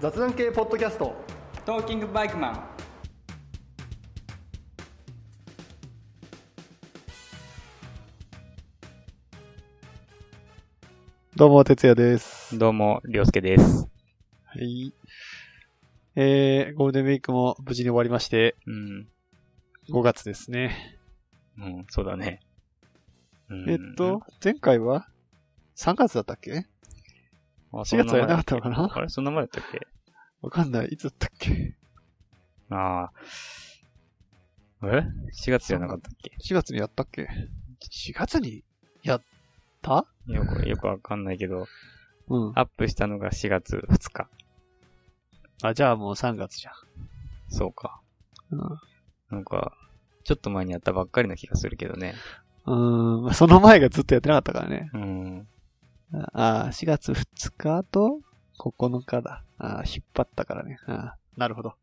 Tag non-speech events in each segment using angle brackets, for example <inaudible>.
雑談系ポッドキャストトーキングバイクマンどうも、哲也です。どうも、りょうすけです。はい。えー、ゴールデンウィークも無事に終わりまして、うん。 5月ですね。うん、そうだね。うんえっと、、前回は ?3 月だったっけ4 4月はやらなかったのかなあれ、そんな前だったっけわかんない。いつだったっけああ。え ?4 月じゃなかったっけ ?4 月にやったっけ ?4 月にやったよく、よくわかんないけど、うん。アップしたのが4月2日。あ、じゃあもう3月じゃん。そうか。うんなんか、ちょっと前にやったばっかりな気がするけどね。うーん、まあその前がずっとやってなかったからね。うん。ああ、4月2日と9日だ。ああ、引っ張ったからね。ああ、なるほど。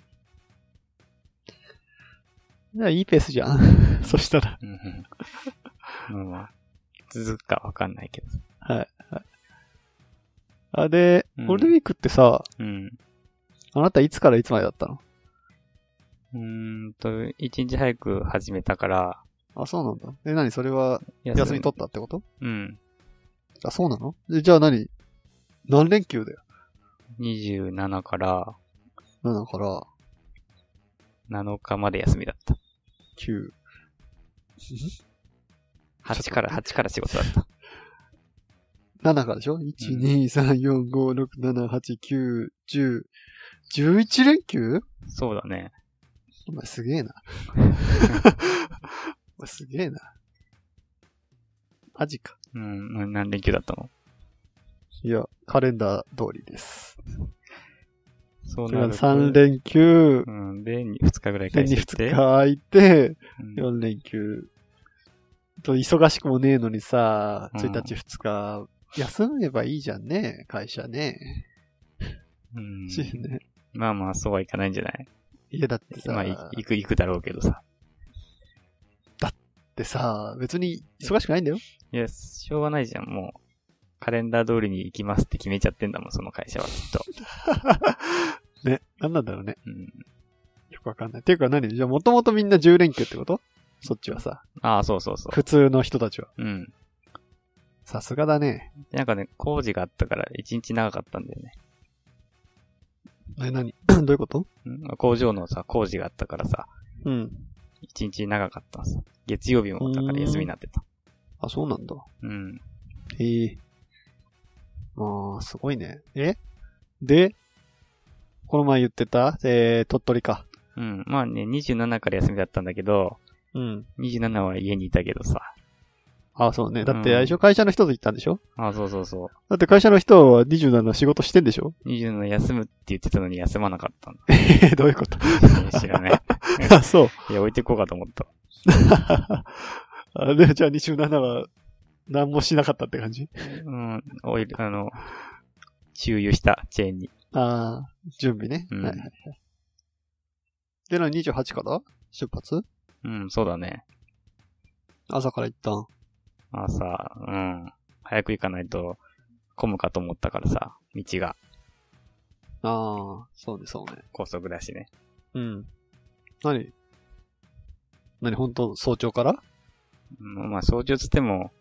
じゃあ、いいペースじゃん。 <laughs> そしたら。うんうん。まあまあ、続くかわかんないけど。あ、で、うんゴールデンウィークってさ、うん。あなたいつからいつまでだったのうーんと、1日早く始めたから、あ、そうなんだ。え、何それは休み取ったってことうん。あ、そうなのえじゃあ何何連休だよ。 27から7から7日まで休みだった。 <laughs> 9。 8から、8から仕事だった。 7からでしょ ?1、うん2、3、4、5、6、7、8、9、10。11連休そうだ <laughs> ね。お前すげえな。お前すげえな。マジか。うん、な何連休だったのいや、カレンダー通りです。そうなると3連休、うん、で、2日ぐらいで会社2行って日。空いて、うん4連休。と、忙しくもねえのにさ、うん1日2日、休めばいいじゃんね、会社ね。うんし <laughs> ねまあまあ、そうはいかないんじゃないいや、だってさ、まあ、い行く、行くだろうけどさ。でさ、別に忙しくないんだよ。いや、しょうがないじゃん、もう。カレンダー通りに行きますって決めちゃってんだもん、その会社はきっと。ね、なんなんだろうね。うん。よくわかんない。ていうか何じゃあ、もともとみんな10連休ってことそっちはさ、ああ、そうそうそ普通の人たちは。う。うん。さすがだね。なんかね、工事があったから、1日長かったんだよね。え、何 <coughs> どういうことうん工場のさ、工事があったからさ、うん。一日長かったんです。月曜日もだから休みになってた。あ、そうなんだ。うん。へえ。ああ、すごいね。えで、この前言ってた、えー、鳥取か。うん。まあね、27から休みだったんだけど、うん。 27は家にいたけどさ。あそうね。だって、うん最初会社の人と行ったんでしょあそうそうそだって会社の人は27仕事してんでしょ <laughs> う。27休むって言ってたのに休まなかったんだ。えーどういうこと知らない。 <laughs> あ、そう。いや、置いていこうかと思った。 <laughs> あで、じゃあ27は、何もしなかったって感じうん。オイル、あの、周遊したチェーンに。ああ、準備ね。うんはいはいはい。で、な、28から出発うん、そうだね。朝から行ったん。朝、うん。早く行かないと混むかと思ったからさ、道がああ、そうね、そうね。高速だしね。うん。何何本当早朝からうんまあ、早朝つっても、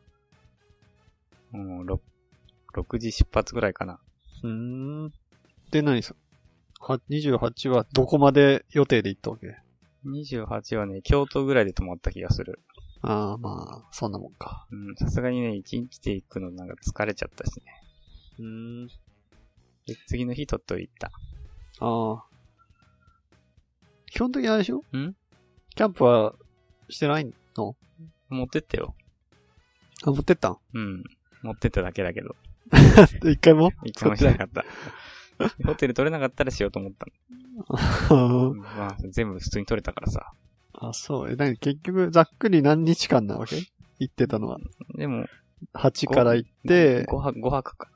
うん、6、6時出発ぐらいかな。うーん。で、何そは ?28 はどこまで予定で行ったわけ28はね、京都ぐらいで泊まった気がする。ああ、まあ、そんなもんか。うん、さすがにね、1日で行くのなんか疲れちゃったしね。うーん。で、次の日鳥取行った。ああ。基本的にあれでしょんキャンプはしてないの持ってったよ。あ、持ってったんうん。持ってっただけだけど。一回も一回もしなかった。ホテル取れなかったらしようと思ったの。まあ、全部普通に取れたからさ。あ、そう。え、何結局、ざっくり何日間なわけ行ってたのは。でも、 8から行って、 5泊、5泊か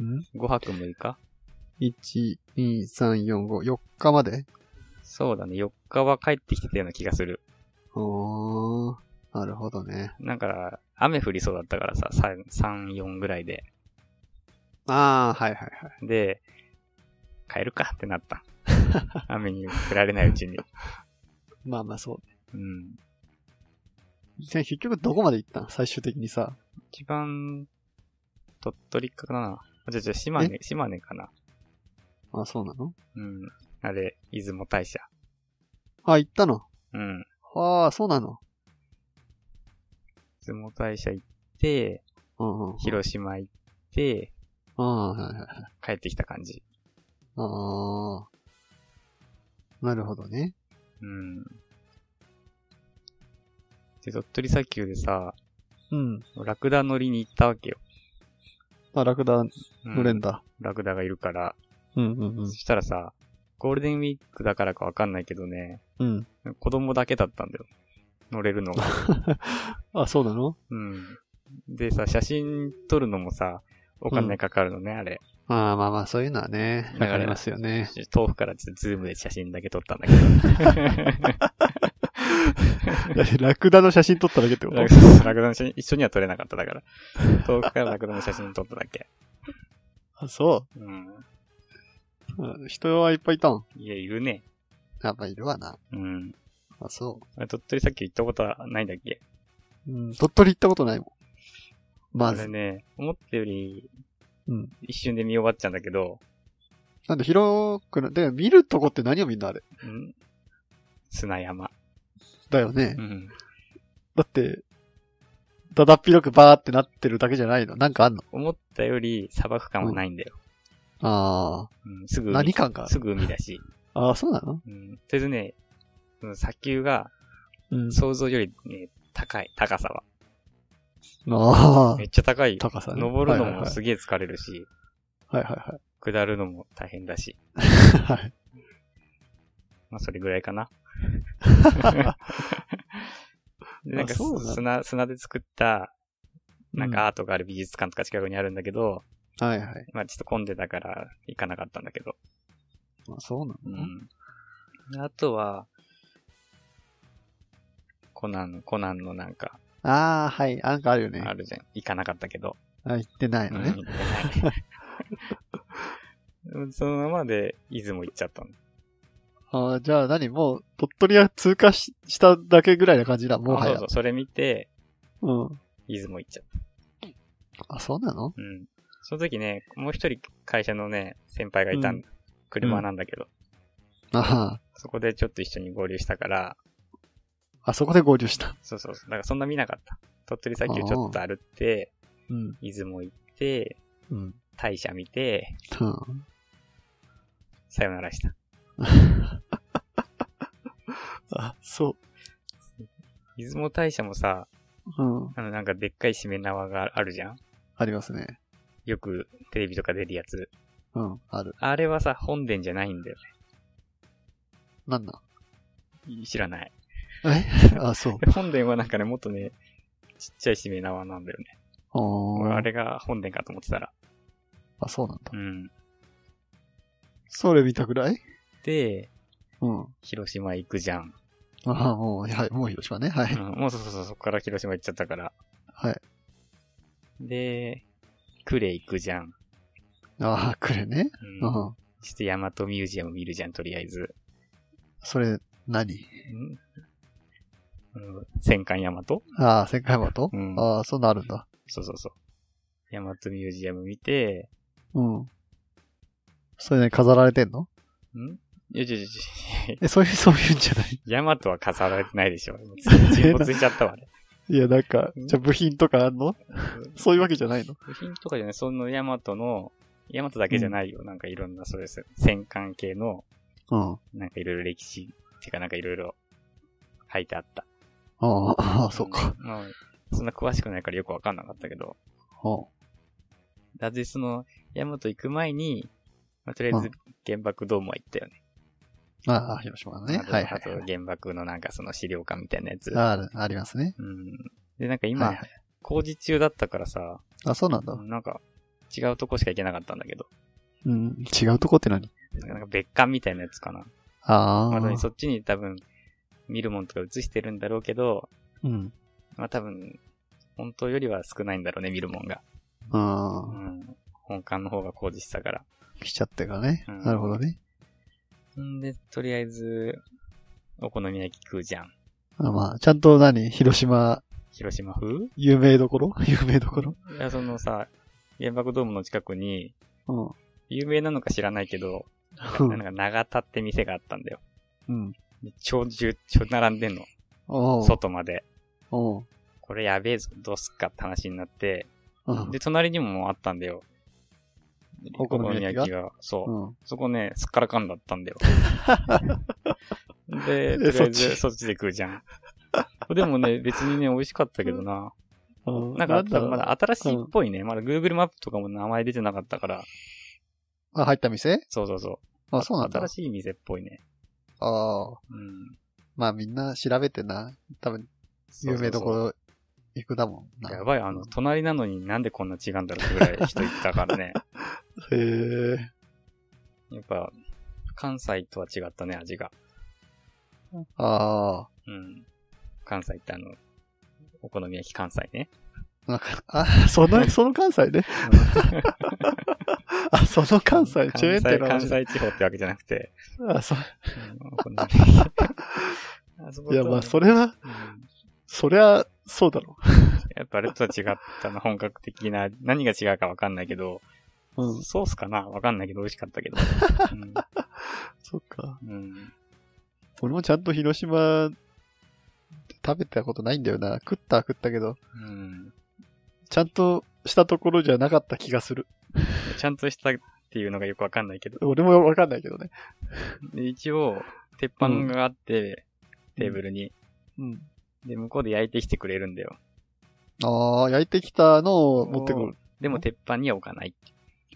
な。ん ?5 泊6日 ?1、2、3、4、5、4日までそうだね、4日は帰ってきてたような気がする。おー、なるほどね。なんか、雨降りそうだったからさ、3、3 4ぐらいで。あー、はいはいはい。で、帰るかって <laughs> なった。雨に降られないうちに。まあまあそう。うん。じゃあ結局どこまで行ったん最終的にさ。一番、鳥取かな。あ、じゃじゃ島根、島根かな。あ、そうなのうん。あれ、出雲大社。あ、行ったの。うん。ああ、そうなの。出雲大社行って、うんうんうん。広島行って、ああ、はいはい。帰ってきた感じ。ああ。なるほどね。うん。で、鳥取砂丘でさ、うん。ラクダ乗りに行ったわけよ。あ、ラクダうん乗れんだ。ラクダがいるから。うんうんうんそ。したらさ、ゴールデンウィークだからかわかんないけどね、うん。子供だけだったんだよ。乗れるの <laughs> が。あ、そうなのうん。でさ、写真撮るのもさ、お金かかるのね、あれ。ああ、まあまあ、そういうのはね、だわからかりますよね。豆腐からちょっとズームで写真だけ撮ったんだけど。 <laughs> ラクダの写真撮っただけ <laughs> ってこラとクダラクダの写真、一緒には撮れなかっただから。豆腐からラクダの写真撮っただけ。あ、そうん。ううん。人はいっぱいいたん。いや、いるね。やっぱいるわな。うん。あ、そう。あれ鳥取さっき行ったことはないんだっけうん、鳥取行ったことないもん。まあれず。ね、思ったよりうん。一瞬で見終わっちゃうんだけど、なんで広くな、で、見るとこって何を見んのあれ。ん砂山。だよね。うん。だって、だだっ広くバーってなってるだけじゃないの。なんかあんの思ったより砂漠感はないんだよ。ああ。うん、すぐ海。何感があるすぐ海だし。あ <laughs> あ、そうなのうん。とりあえずね、その砂丘がうん。想像より、ね、高い、高さは。ああめ。っちゃ高い。高さね。登るのはいもすげえ疲れるし、はいは下るのも大変だし。いはい。はいはい。まあ、それぐらい <laughs> かな。で、 <laughs> なんかあそうなんだ砂、砂で作った、なんうかアートがある美術館とか近くにあるんだけど、はいはい。まあちょっと混んでたから行かなかったんだけど。まあ、そうなうのん。あとは、コナン、コナンのなんか、ああ、はい。なんかあるよね。あるじゃん。行かなかったけど。あ、言ってないうんの行っね。てない。 <laughs> そのままで、出雲行っちゃったの。ああ、じゃあ何もう、鳥取は通過ししただけぐらいな感じだ、もはあそや。うそう、それ見て、うん。出雲行っちゃった。あ、そうなのうん。その時ね、もう一人会社のね、先輩がいたん、う車なんだけど、あそこでちょっと一緒に合流したから、あ。あそこで合流した。そうそうそう、だからそんな見なかった。鳥取砂丘ちょっと歩って、うん。出雲行って、うん。大社見て、うんさよならした。あ、そ出雲大社もさ、う。うん。あのなんかでっかいしめ縄があるじゃんありますね。よくテレビとか出るやつ。うん。ある。あれはさ、本殿じゃないんだよなんだね。知らない。 <laughs> えあ、そう。本殿はなんかね、もっとね、ちっちゃいしめ縄なんだよね。あ俺あ。あれが本殿かと思ってたら。あ、そうなんだう。ん。それ見たぐらいで、うん。あ広島行くじゃん。あ、もう、はい、もう広島ね。はうい。ん、もうそうそうそう、そこから広島行っちゃったから。はい。で、呉行くじゃん。ああ、くれね。うん。うそん。して大和ミュージアム見るじゃん、とりあえず。それ、何うん。うん戦艦大和ああ、世界馬とうん。ああ、そんなあるんだ。そうそうそう。大和ミュージアム見て、うん。それね、飾られてんのんいやいやいやいやいえ、そういう、 <laughs> そういうんじゃないや、ヤマトは飾られてないでし <laughs> ょ。沈没しちゃったわね。いや、なんかうん、じゃあ部品とかあんのそういうわけじゃないの部品とかじゃない、そのヤマトの、ヤマトだけじゃないよ。なんかいろんな、そうです。戦艦系の、うん。なんかいろいろ歴史、てかなんかいろいろ書いてあった。ああああ、そうか。ん。まあそんな詳しくないからよくわかんなかったけど。うんだってその、ヤマト行く前に、まあ、とりあえず原爆ドームは行ったよね。ああ、広島のね。あとはいはあといはい。原爆のなんかその資料館みたいなやつ。ある、ありますね。うん。で、なんかは今、いはい工事中だったからさ、あ、そうなんだ。なんか、違うとこしか行けなかったんだけど、うん。違うとこって何なんか別館みたいなやつかな。あまあ、あ。そっちに多分、見るもんとか映してるんだろうけど、うん。まあ多分、本当よりは少ないんだろうね、見るもんが。あうあ。ん。本館の方が工事したから。来ちゃってからね。うんなるほどね。んで、とりあえず、お好み焼き食うじゃん。あまあ、ちゃんと何広島、広島風有名どころ <laughs> 有名どころいや、そのさ、原爆ドームの近くに、うん。有名なのか知らないけど、うなんんか長田って店があったんだよ。うん。で超重、超並んでんの。おう外まで。おうこれやべえぞ、どうすっかって話になって。うん。で、隣にももうあったんだよ。お好み焼きがが。そうう。ん。そこね、すっからかんだっ <laughs> たんだよ。で、えとりあえそっずちそっちで食うじゃん。でもね、別にね、美味しかったけどな。うんなんか、多分まだ新しいうんっぽいね。まだ Google マップとかも名前出てなかったから。あ、入った店そうそうそう。あ、そうなんだ。新しい店っぽいね。ああ。うん。まあみんな調べてな。多分、有名どこそうろ行くだもんそうな。そう。やばい、あの、隣なのになんでこんな違うんだろうってぐらい人いったか <laughs> らね。へえ。やっぱ、関西とは違ったね、味が。あうん。関西ってあの、お好み焼き関西ね。あ。なんか、あ、その、その関西ね。あ、その <laughs> 関西、チェーン店の関話。西関西地方ってわけじゃなくて。あ、そう。うんお好 <laughs> み焼きあそこといはや、まあ、それは、うんそりゃ、そうだろやっぱあれとは違ったな、本格的な、何が違うかわかんないけど、う。うん。ソースかなわかんないけど美味しかった <laughs> けど。そっか。うん。うん俺もちゃんと広島、食べたことないんだよな。食ったは食ったけど、うん。ちゃんとしたところじゃなかった気がする。ちゃんとしたっていうのがよくわかんないけど。俺もわかんないけどね。で一応、鉄板があって、テーブルに。うん。で、向こうで焼いてきてくれるんだよ。ああ、焼いてきたのを持ってくる。でも鉄板には置かない。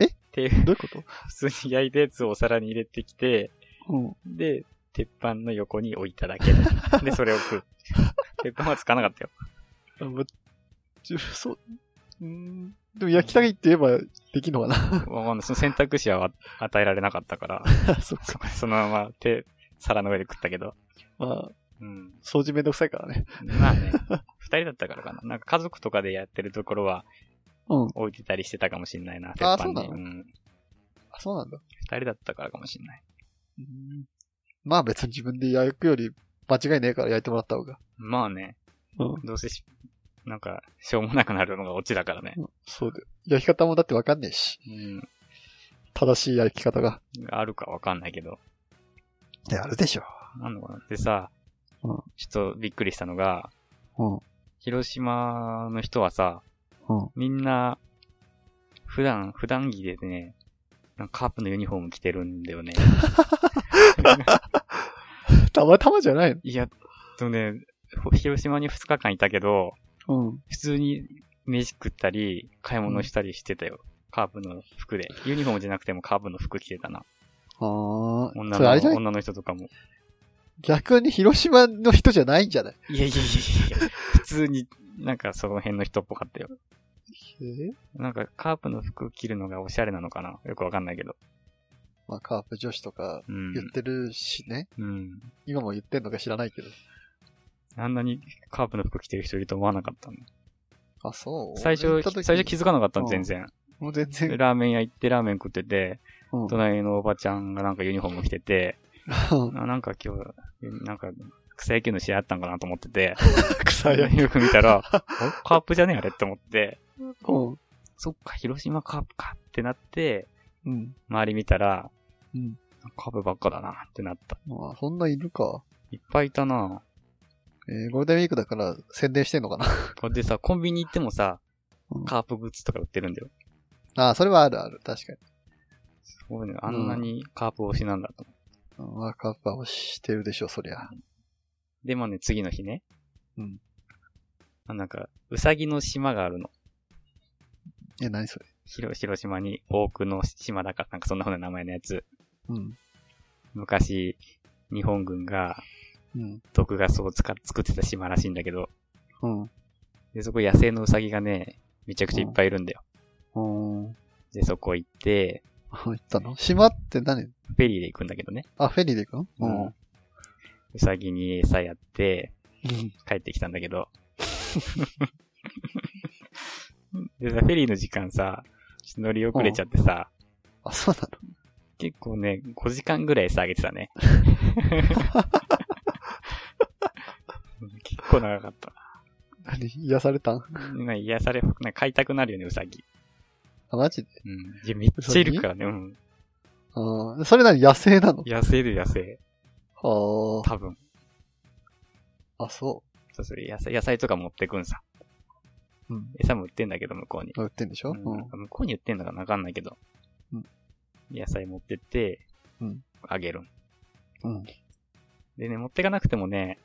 えって、どういうこと普通に焼いたやつをお皿に入れてきて、うん。で、鉄板の横に置いただ <laughs> けだ。で、それを食う。鉄板はつかなかったよ。あまちゅそう、うーん。でも焼きたいって言えばできるのか <laughs> なわかんない。その選択肢は与えられなかったから。 <laughs> そっか。そそのまま手、皿の上で食ったけど。まあ、うん。掃除めんどくさいからね。まあね、二人だったからかな。なんか家族とかでやってるところはうん。置いてたりしてたかもしんないな、鉄あ板に。そうなのん。あ、そうなんだ。二人だったからかもしんない。うんまあ別に自分で焼くより間違いねえから焼いてもらった方が。まあね、うん。どうせし、なんか、しょうもなくなるのがオチだからね。そうで。焼き方もだってわかんねえし。うん。正しい焼き方が。あるかわかんないけど。いやあるでしょ。なんのかな。でさ、うんちょっとびっくりしたのが、うん。広島の人はさ、うんみんな、普段、普段着でね、なんかカープのユニフォーム着てるん <laughs> だよね。たまたまじゃないいや、えっとね、ほ広島に2日間いたけど、のうん。普通に飯食ったり、買い物したりしてたよ。カープの服で。ユニフォームじゃなくてもカープの服着てたな。ああ。女それあれじゃなのい女の人とかも。逆に広島の人じゃないんじゃないいやいやいやいやいや普通に、なんかその辺の人っぽかったよ。えなんかカープの服着るのがおしゃれなのかなよくわかんないけど。まあカープ女子とかうん言。ってるしね。うん。今も言ってんのか知らないけど。あんなにカープの服着てる人いると思わなかったの。あ、そう。最初、最初気づづかなかったの、うん全然。もう全然で。ラーメン屋行ってラーメン食ってて、 <laughs> うん隣のおばちゃんがなんかユニフォーム着てて、あなんか今日、なんか、草野球の試合あったんかなと思ってて、草野球。 <laughs> よく見たら、あれカープじゃねえあれって思って、うん。そっか、広島カープかってなって、うん。周り見たら、うんカープばっかだなってなった。まあ、そんないるか。いっぱいいたなえーゴールデンウィークだから宣伝してんのかな。でさ、コンビニ行ってもさうん、カープグッズとか売ってるんだよ。ああ、それはあるある。確かに。すごいね。あんなにカープ推しなんだと思うんまあ、カープはしてるでしょ、そりゃ。う。で、まあね、次の日ね。うんあ。なんか、うさぎの島があるの。え、何それ。広広島に、多くの島だから、なんかそんな風な名前のやつ。うん。昔、日本軍がうん。毒ガスを使っ作ってた島らしいんだけど、うん。で、そこ野生のウサギがね、めちゃくちゃいっぱいいるんだよ。うん。 <laughs> で、そこ行って、行ったの島って何フェリーで行くんだけどね。あ、フェリーで行くのうんウサギに餌やって、うん。帰ってきたんだけ <laughs> ど。でさ、フェリーの時間さ、乗り遅れちゃってさ、あ、そうなの結構ね、5時間ぐらい下げてたね。結構長かった。何癒されたん今癒され、なんか買いたくなるよね、うさぎ。あ、マジでうん。いや、めっちゃいるからね、うん。うん。それなり野生なの野生で野生。あ多分。あ。あ、そそうそう、野菜、野菜とか持ってくんさ。う。うん。餌も売ってんだけど、向こうに。売ってんでしょうんなんか向こうに売ってんのかなわかんないけど。うん野菜持ってって、うんあげるん。うん。でね、持ってかなくてもね、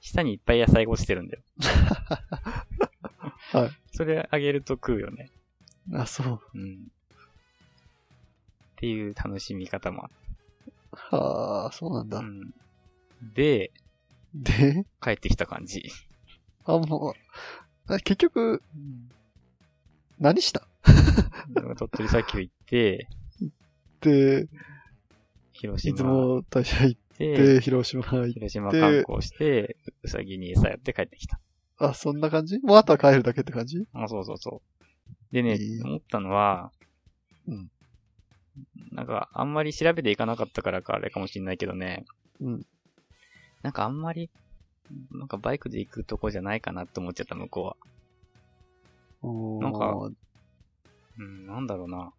下にいっぱい野菜が落ちてるんだよ。 <laughs> はい。それあげると食うよね。うん。あ、そう。うん。っていう楽しみ方もあっはあ、そうなんた。だ。うん。で、で、帰ってきた感じ。あ、もう、あ結局、何した鳥取砂丘 <laughs> 行って、って、広出島行雲っ、大社行ってて、広島行って、広島観光して、うさぎに餌やって帰ってきた。あ、そんな感じもうあとは帰るだけって感じあ、そうそうそう。でね、いい思ったのは、うんなんか、あんまり調べていかなかったからか、あれかもしんないけどね。うんなんかあんまり、なんかバイクで行くとこじゃないかなって思っちゃった、向こうは。おーなんかうん、なんだろうな。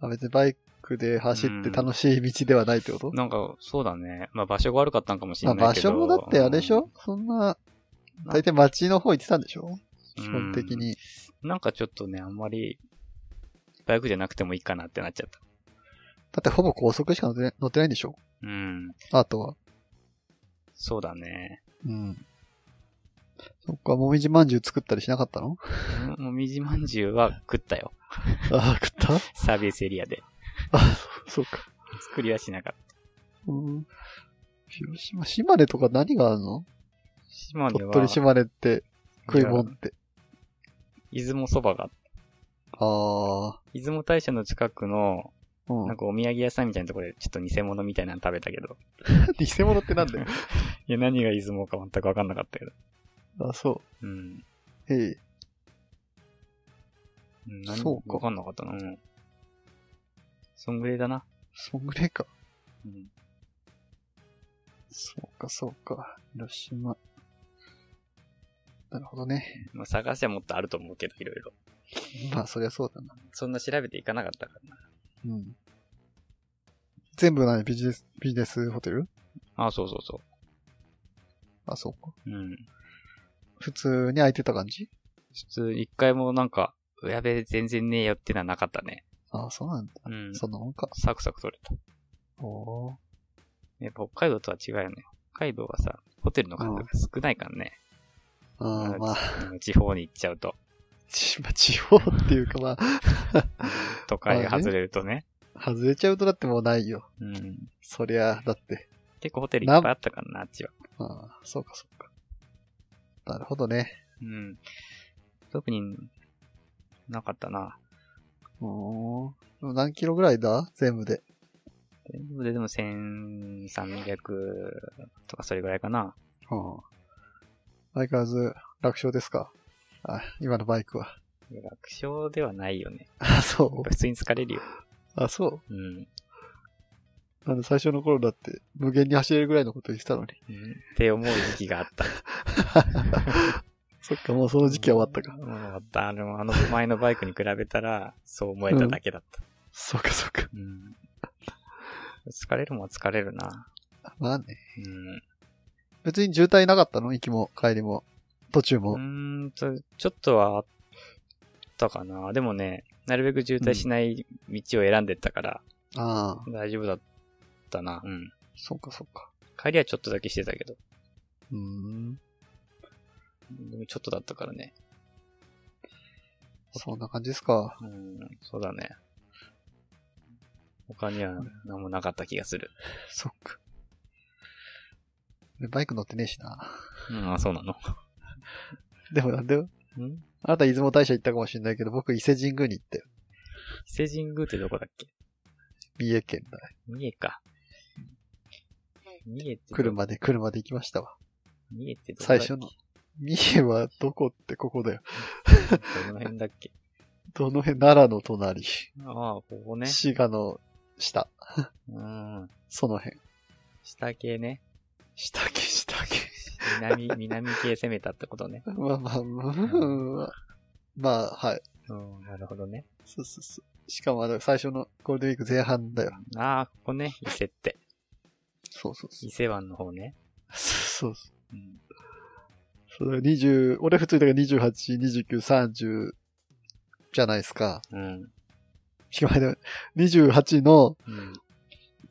あ、別にバイクで走って楽しい道ではないってこと、なんか、そうだね。まあ場所が悪かったんかもしんまなあ、いけど。場所もだってあれでしょ、そんな、大体街の方行ってたんでしょうん基本的に。なんかちょっとね、あんまり、バイクじゃなくてもいいかなってなっちゃった。だってほぼ高速しか乗ってない乗ってないんでしょうん、あとは。そうだね。うん。そっか、もみじまんじゅう作ったりしなかった <laughs> のうんもみじまんじゅうは食ったよ。ああ、食った <laughs> サービスエリアで。あそうか。作りはしなかった。うん。広島、島根とか何があるの島根鳥は、取島根って、食い物って。出雲そばがあった、ああ、出雲大社の近くの、うなんん。かお土産屋さんみたいなところで、ちょっと偽物みたいなの食べたけど。偽物ってなんだよ。 <laughs> いや、何が出雲か全くわかんなかったけど。あそうん。う。へえ。うん何そうかわかんなかったな。うん。そんぐらいだな。そんぐらいか。うん。そうか、そうか。広島。なるほどね。まあ、探しはもっとあると思うけど、いろいろ。まあ、そりゃそうだな。そんな調べていかなかったからな。うん。全部何ビジネス、ビジネスホテルあ、そうそうそあ、そうか。う。うん。普通に空いてた感じ普通、一回もなんか、うやべえ、全然ねえよってのはなかったね。あそうなんだ。うん。そんなもんか。サクサク取れた。おーやっぱ北海道とは違うよね。北海道はさ、ホテルの数が少ないからね。あーまあ、うん地方に行っちゃうと。ち <laughs> まあ地方っていうかま都会が外れるとね。あ、外れちゃうとだってもうないよ。うん。そりゃ、だって。結構ホテルいっぱいあったからな、あっちは。ああ、そうか、そうか。なるほどね。うん。特に、なかったな。おー何キロぐらいだ全部で。全部ででも1300とかそれぐらいかな。うん。相変わらず楽勝ですかあ、今のバイクは。楽勝ではないよね。あ、そ普通に疲れるよ。う。あ、そうん。う。なんで最初の頃だって無限に走れるぐらいのこと言ってたのに。うんって思う時期があ <laughs> った。そっか、もうその時期は終わったか。うん終わった。あの、あの前のバイクに比べたら、そう思えただけだった。そうか、そうか。うん。疲れるもんは疲れるな。まあね。うん。別に渋滞なかったの行きも帰りも。途中うも。ーんと、ちょっとはあったかな。でもね、なるべく渋滞しない道を選んでったから、ああ、大丈夫だったな。うん。そうか、そうか。帰りはちょっとだけしてたけど、うーん。でもちょっとだったからね。そんな感じですか。うん、そうだね。他には何もなかった気がする。そっか。俺バイク乗ってねえしな。 <laughs> うん、あ、そうなの。でもなんで、うんあなた出雲大社行ったかもしれないけど、僕伊勢神宮に行ったよ。伊勢神宮ってどこだっけ三重県だ。三重か。三重ってど、車で、車で行きましたわ。三重ってどこだっ最け初の。三重はどこってここだよ。どの辺だっけどの辺奈良の隣。ああ、ここね。滋賀の下。うん。その辺。下系ね。下毛、下毛。南、南系攻めたってことね。 <laughs> まあまあ、まあ、まあ、はい。うん、なるほどね。そうそうそう。しかもあの、最初のゴールデンウィーク前半だよ。ああ、ここね。伊勢って。そうそうそう。伊勢湾の方ね。そうそう。うん。そうだから20、俺普通だから28、29、30じゃないですか。うん。しかもあの28のうん。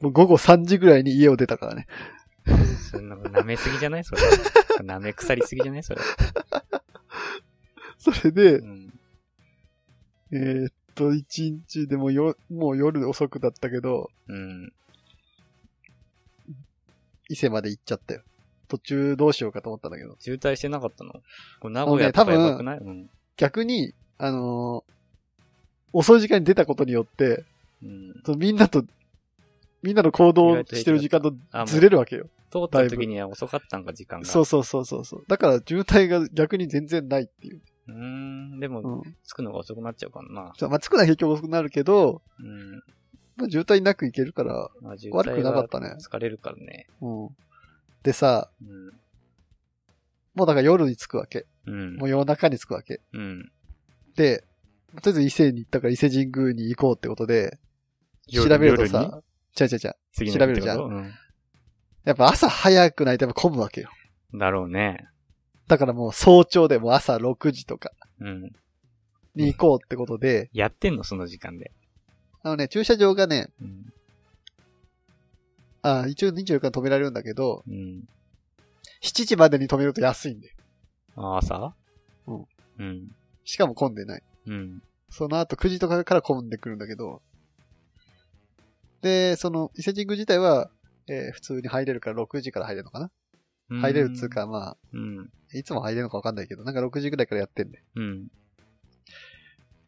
もう午後3時ぐらいに家を出たからね。 <laughs> そんな、舐めすぎじゃないそれ。舐め腐りすぎじゃないそれ。それでう、ん。えーっと、1日でもよ、もう夜遅くだったけど、うん。伊勢まで行っちゃったよ。途中どうしようかと思ったんだけど。渋滞してなかったのこれ名古屋とかやばくない、うん。逆に、あのー遅い時間に出たことによって、うん。そのみんなと、みんなの行動してる時間とずれるわけよ。通った時には遅かったんか、時間が。そうそうそうそうそう。だから渋滞が逆に全然ないっていう。うーん。でうも、ん。着くのが遅くなっちゃうからな。そうまあ、着くのは結局遅くなるけど、うん。まあ、渋滞なく行けるから、まあ、渋悪く滞なかっはたね。疲れるからね。うん。でさ、うん。もうだから夜に着くわけ。うんもう。夜中に着くわけ。うん。で、とりあえず伊勢に行ったから伊勢神宮に行こうってことで、調べると夜にさ、違う違う違う。次の調べるじゃん日ってことやっぱ朝早くないとやっぱ混むわけよ。うん。だろうね。だからもう早朝でもう朝6時とかうん。に行こうってことで、やってんのその時間で。あのね、駐車場がね、うん。あ一応24時間止められるんだけど、うん。 7時までに止めると安いんで。あ朝うん。うん。しかも混んでない。うん。その後9時とかから混んでくるんだけど、で、その伊勢神宮自体は、えー普通に入れるから6時から入れるのかなうん入れるっつう。か、まあ、うん。いつも入れるのかわかんないけど、なんか6時ぐらいからやってんで。うん。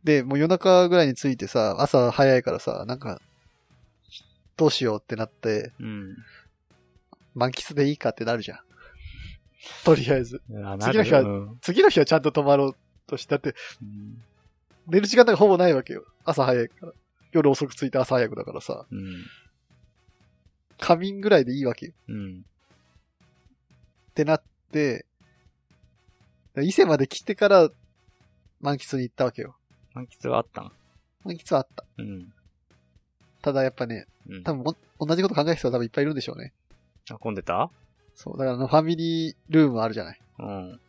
で、もう夜中ぐらいに着いてさ、朝早いからさ、なんか、どうしようってなって、うん。満喫でいいかってなるじゃん。とりあえず。あ次の日はうん次の日はちゃんと泊まろうとして、だって寝る時間なんかほぼないわけよ。朝早いから。夜遅く着いて朝早くだからさ、うん。仮眠ぐらいでいいわけよ。うん。ってなって、伊勢まで来てから満喫に行ったわけよ。満喫はあったん満喫はあった。うん。ただやっぱね、うん。多分お同じこと考える人は多分いっぱいいるんでしょうね。あ、混んでたそう、だからあのファミリールームあるじゃない。うん。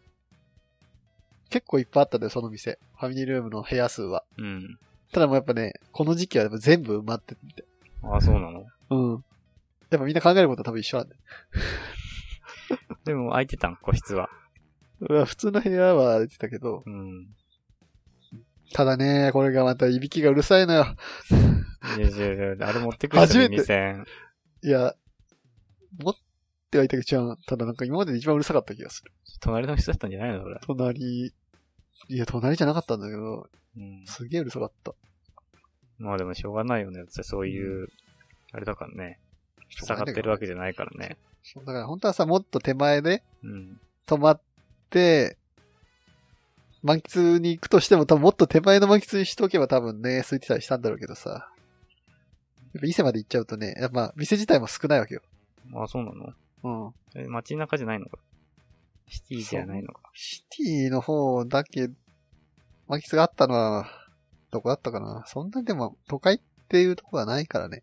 結構いっぱいあったんだよ、その店。ファミリールームの部屋数は。うん。ただもうやっぱね、この時期はやっぱ全部埋まってて。あ、そうなのうん。やっぱみんな考えることは多分一緒なんだよでも空いてたん個室は。うわ。普通の部屋は言ってたけど、うん。ただね、これがまたいびきがうるさいのよ。いやいやいやあれ持ってく初めて2000。いや、持ってはいたけど、ちゃん、ただなんか今までで一番うるさかった気がする。隣の人だったんじゃないのそれ。隣、いや、隣じゃなかったんだけど、うん。すげえうるさかった。まあでもしょうがないよね。そういう、あれだからね。下がってるわけじゃないからね。そうだから本当はさ、もっと手前でうん。止まって、満喫に行くとしても、多分もっと手前の満喫にしとけば多分ね、空いてたりしたんだろうけどさ。やっぱ伊勢まで行っちゃうとね、やっぱ店自体も少ないわけよ。あ、そうなのうん。え街中じゃないのかシティじゃないのかシティの方だけ、満喫があったのは、どこだったかな。そんなにでも都会っていうとこはないからね。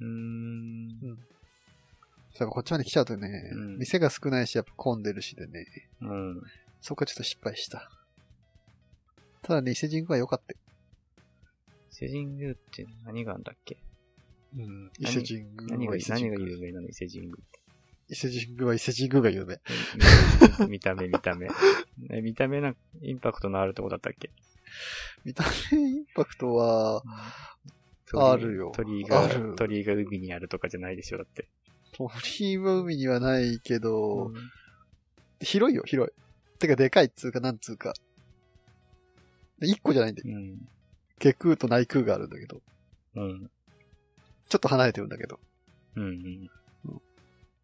うーん。やっぱこっちまで来ちゃうとね、うん店が少ないし、やっぱ混んでるしでね、うん。そこはちょっと失敗した。ただね、伊勢神宮は良かったよ。主人宮って何があんだっけうん。伊勢神宮何はが伊、勢神何が宮。有名なの伊勢 <laughs> 神宮。伊勢神宮は伊勢神宮が有名。うん見た目、見た目。え見た目なんか、インパクトのあるとこだったっけ見た目インパクトは、鳥居あるよ鳥居がある、鳥居が海にあるとかじゃないでしょ、だって。鳥居は海にはないけど、広いよ、広い。てか、でかいっつうか、なんつうか。で一個じゃないんだよ。うん。下空と内空があるんだけど、うん。ちょっと離れてるんだけど。うん。うん。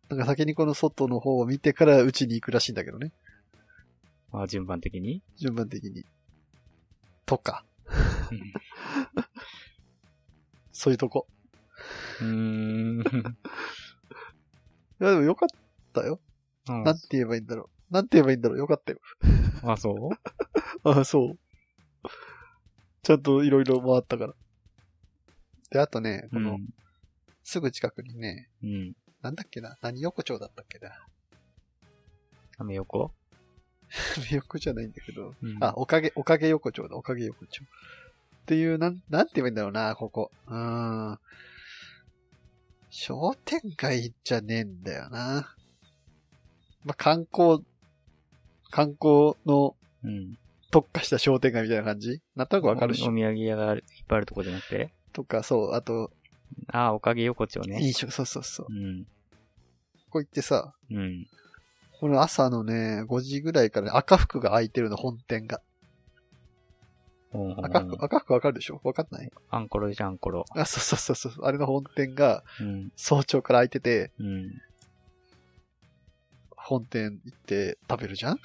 なんか先にこの外の方を見てからうちに行くらしいんだけどね。 <laughs> まあ、順番的に順番的に。とか。そういうとこ。うーん。いや、でもよかったよ。うんなんて言えばいいんだろう。なんて言えばいいんだろう。よかったよ。あ、そうああ、そう。ちゃんといろいろ回ったから。で、あとね、こうの、ん。すぐ近くにね、うん。なんだっけな、何横丁だったっけな。 <laughs> アメ横横じゃないんだけど。うんあ、、おかげ、おかげ横丁だ、おかげ横丁。っていう、なん、なんて言えばいいんだろうな、ここ。うーん。商店街じゃねえんだよな。まあ、観光、観光のうん。特化した商店街みたいな感じなんとなくわかるっしおおょ。土産屋があるいっぱいあるとこじゃなくてとか、そう、あと、ああ、おかげ横丁ね。飲食、そうそうそう。うん。ここ行ってさ、うん。この朝のね、5時ぐらいから赤服が空いてるの、本店が。うんうんうん赤服、赤服わかるでしょわかんないアンコロじゃん、アンコロ。あ、そうそうそうそう。あれの本店がうん。早朝から空いてて、うん。本店行って食べるじゃん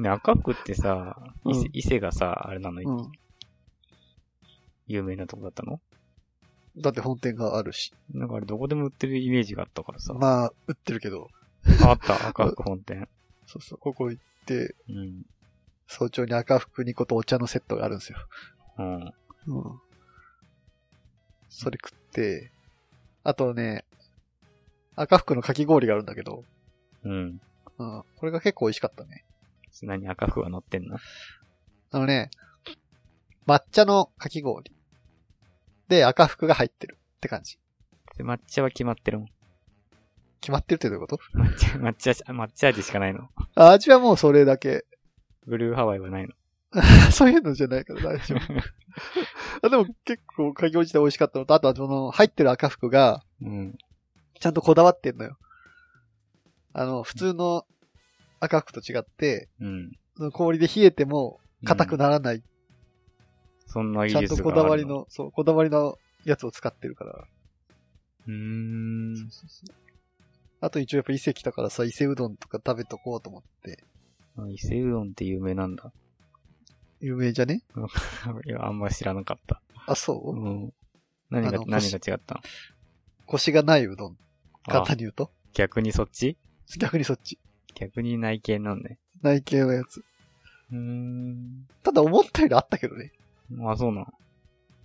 ね、赤服ってさ、伊勢うん伊勢がさ、あれなの、うん。有名なとこだったのだって本店があるし。なんかあれどこでも売ってるイメージがあったからさ。まあ、売ってるけど。あった、赤服本店。そうそう。ここ行って、うん。早朝に赤服2個とお茶のセットがあるんですよ。うん。うん。それ食って、あとね、赤服のかき氷があるんだけど、うん。うん。これが結構美味しかったね。何赤服が乗ってんのあのね、抹茶のかき氷。で、赤服が入ってるって感じ。で抹茶は決まってるもん。決まってるってどういうこと抹茶、 <laughs> 抹茶、抹茶味しかないの。あ味はもうそれだけ。 <laughs> ブルーハワイはないの。 <laughs> そういうのじゃないから大丈夫。あでも結構、かき氷自体美味しかったのと、あとはその、入ってる赤服が、うん。ちゃんとこだわってんのよ。あの、普通の赤服と違って、うん。その氷で冷えても硬くならない。そんな技ちゃん術とがこだわりある。の、そう、こだわりのやつを使ってるから。うーん。あと一応やっぱ伊勢来たからさ、伊勢うどんとか食べとこうと思って。伊勢うどんって有名なんだ。 <laughs> 有名じゃねいや、あんま知らなかった。あ、そう、うん。何あがの、何が違ったのコシがないうどん。簡あ単に言うと。逆にそっち逆にそっち。逆に内見なんね。内系のやつ。うーん。ただ思ったよりあったけどね。あ、そうなの。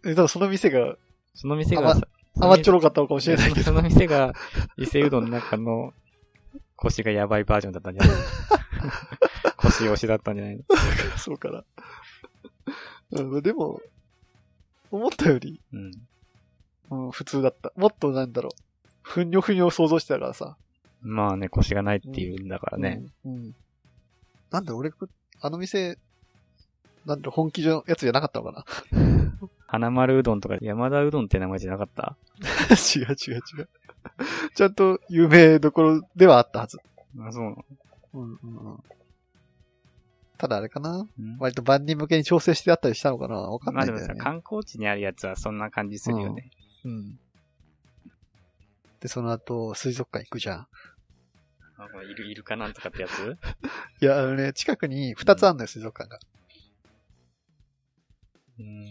え、ただその店がその店がさ、甘っちょろろかったのかもしれないけど。その店が、伊勢うどんの中の、腰がやばいバージョンだったんじゃないの <laughs> 腰押しだったんじゃないのそうから。うんでも、思ったより、うん。うん、普通だった。もっとなんだろう。ふにょふにょを想像してたからさ。まあね、腰がないっていうんだからね。うん。うん。なんだろう、俺、あの店、なんだろう、本気のやつじゃなかったのかな <laughs> 花丸うどんとか山田うどんって名前じゃなかった違う違う違う。ちゃんと有名どころではあったはず。あ、そうなのうんうんうん。ただあれかなうん割と万人向けに調整してあったりしたのかなわかんなまあいでんもだよさ、ね。観光地にあるやつはそんな感じするよね。うん。で、その後、水族館行くじゃん。あこれイルイルカなんとかってやつ <laughs> いや、あのね、近くに2つあるのよ、水族館が。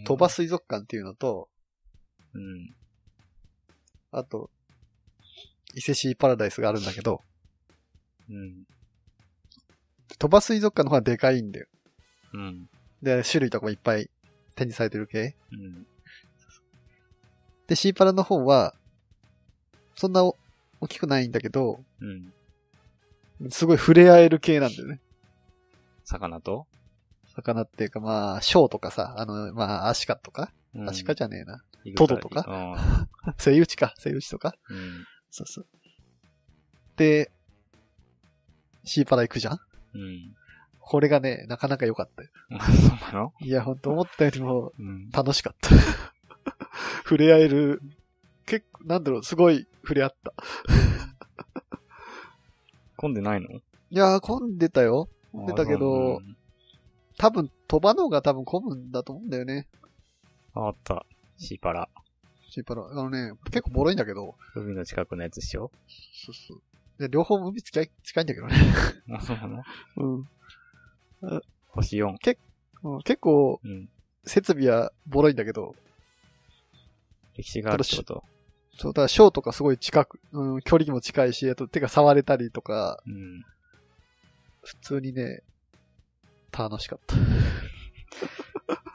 鳥羽す。水族館っていうのと、うん。あと、伊勢シーパラダイスがあるんだけど、うん。鳥羽水族館の方がでかいんだよ。うん。で、種類とかもいっぱい展示されてる系。うん。で、シーパラの方は、そんなお大きくないんだけど、うん。すごい触れ合える系なんだよね。魚と魚っていうか、まあ、ショーとかさ、あの、まあ、アシカとか、アシカじゃねえな。 <laughs> うんトドとかセイウチか、セイウチとか。うん。うんそうそう。で、シーパラ行くじゃんうん。 <laughs> これがね、なかなか良かったよ。あそうなのいや、ほんと思ったよりもうん。楽しかった。 <laughs> 触れ合える、結構、なんだろう、すごい触れ合った。混んでないのいやー、混んでたよ。でたけどあそう多分、飛ばの方が多分混むんだと思うんだよね。なのあった。シーパラ。シーパラ。あのね、結構ボロいんだけど。海の近くのやつでしょ <laughs> そうそう。で、両方海近い、近いんだけどね。あ、そうなのうん星4。うん。結構、うん。設備はボロいんだけど、歴史があるってこと。そう、だからショーとかすごい近く、うん、距離も近いし、あと手が触れたりとか、うん。普通にね、楽しかった。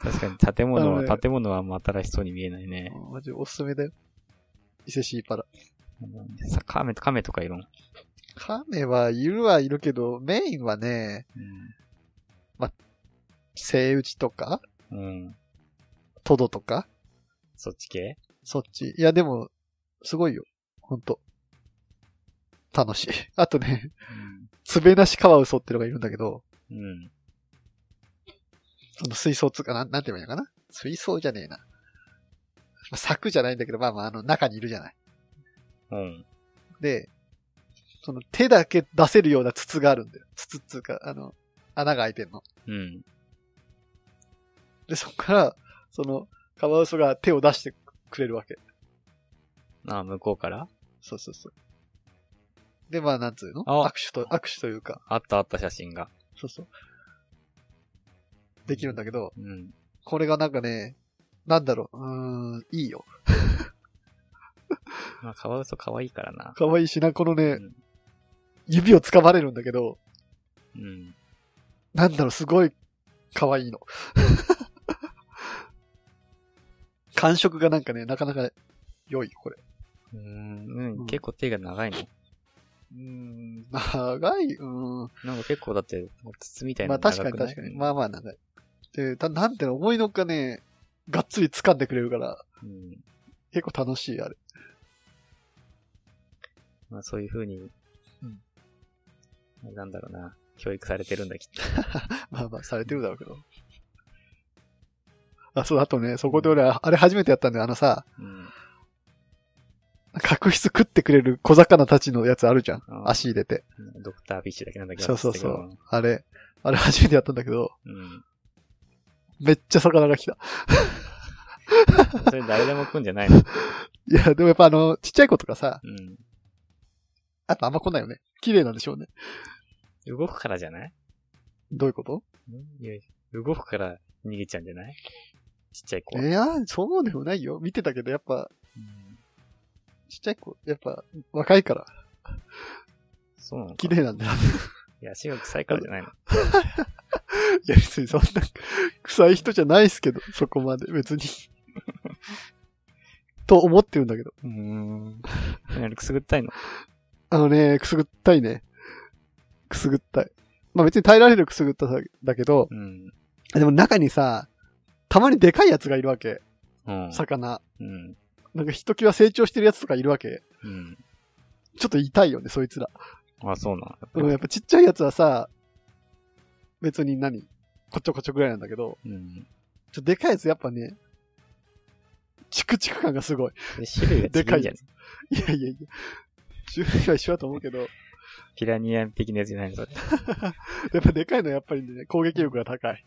確かに建物なのは、で建物はあんま新しそうに見えないね。マジおすすめだよ。伊勢シーパラ。さ、亀、亀とかいるん、うん、亀はいるはいるけど、メインはね、セイウチとか、うん。トドとか、そっち系そっち。いや、でも、すごいよ。ほんと。楽しい。 <laughs> あとね、つべなしカワウソってのがいるんだけど、うん。うん。その水槽つうか、なん、なんて言えばいいのかな水槽じゃねえな。まあ柵じゃないんだけど、まあまあ、あの、中にいるじゃない。うん。で、その手だけ出せるような筒があるんだよ。筒っつうか、あの、穴が開いてんの。うん。で、そこから、その、カワウソが手を出してくれるわけ。あ、向こうからそうそうそう。で、まあ、なんつうのあ握手と、握手というか、あったあった写真が。そうそう。できるんだけど、うん。これがなんかね、なんだろう、うーん、いいよ。まあ、カワウソ可愛いからな。可愛いしな、このねうん、指を掴まれるんだけど、うん。なんだろう、すごい、可愛いの。 <laughs> 感触がなんかね、なかなか良い、これ。うん、う、うんん結構手が長いの。うーん、長い、うーん。なんか結構だって、筒みたいまなあの長確かにくない確かに。まあまあ長い。で、たなんていうの、思いのほかね、がっつり掴んでくれるから、うん。結構楽しい、あれ。まあそういう風に、うんあれなんだろうな。教育されてるんだ、きっと。まあまあ、されてるだろうけど。あ、そう、あとね、そこで俺、あれ初めてやったんだよ、あのさ、うん。角質食ってくれる小魚たちのやつあるじゃんあ。ー足入れて。ドクターフィッシュだけなんだけど。そうそうそう。あれ、あれ初めてやったんだけど、うん。めっちゃ魚が来た。それ誰でも来んじゃないの。いや、でもやっぱあの、ちっちゃい子とかさ、うん。あとあんま来ないよね。綺麗なんでしょうね。動くからじゃないどういうことうんいや動くから逃げちゃうんじゃないちっちゃい子は。いや、そうでもないよ。見てたけど、やっぱ、うんちっちゃい子、やっぱ、若いから、そうなの綺麗なんだよ。いや、足が臭いからじゃないの。いや、別にそんな、臭い人じゃないっすけど、そこまで、 <laughs> 別に。と思ってるんだけど。うん。くすぐったいの。あのね、くすぐったいね。くすぐったい。まあ別に耐えられるくすぐったさだけど、うん。でも中にさ、たまにでかいやつがいるわけ。うん。魚。うん。なんかひときわ成長してるやつとかいるわけ。うん。ちょっと痛いよね、そいつら。あ、そうなでの。もやっぱちっちゃいやつはさ、別に何こっちょこっちょぐらいなんだけど、うん。ちょっとでかいやつやっぱね、チクチク感がすごい。で種類がでか違ういじゃやんつ。いやいやいや。種類は一緒だと思うけど、やピラニア的なやつじゃないの、それ。っぱでかいのはやっぱりね、攻撃力が高い。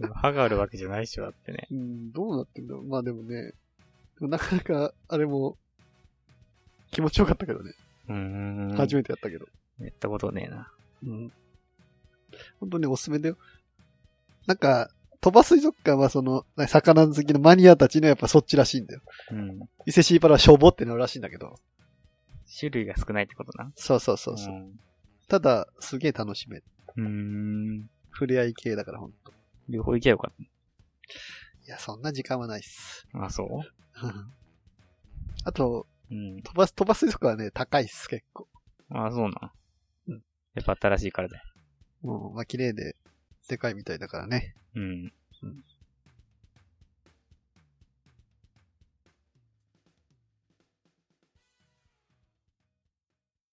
でも歯があるわけじゃないでしょ、だってね。うん、どうなってんだろう。まあでもね、でもなかなか、あれも、気持ちよかったけどね。うーん。初めてやったけど。やったことねえな。うん。本当におすすめだよ。なんか、鳥羽水族館はその、魚好きのマニアたちのやっぱそっちらしいんだよ。うん。伊勢シーパラはしょぼってなるらしいんだけど。種類が少ないってことな。そうそうそうそう。ただ、すげえ楽しめる。うん。うーん。触れ合い系だからほんと。両方行けばよかっいや、そんな時間はないっす。た。あ、そあと、ううん。飛ばす、飛ばす水族館はね、高いっす、結構。あ、そうな。うん。やっぱ新しいからだよ。うん、まあ、綺麗で、でかいみたいだからね。うん。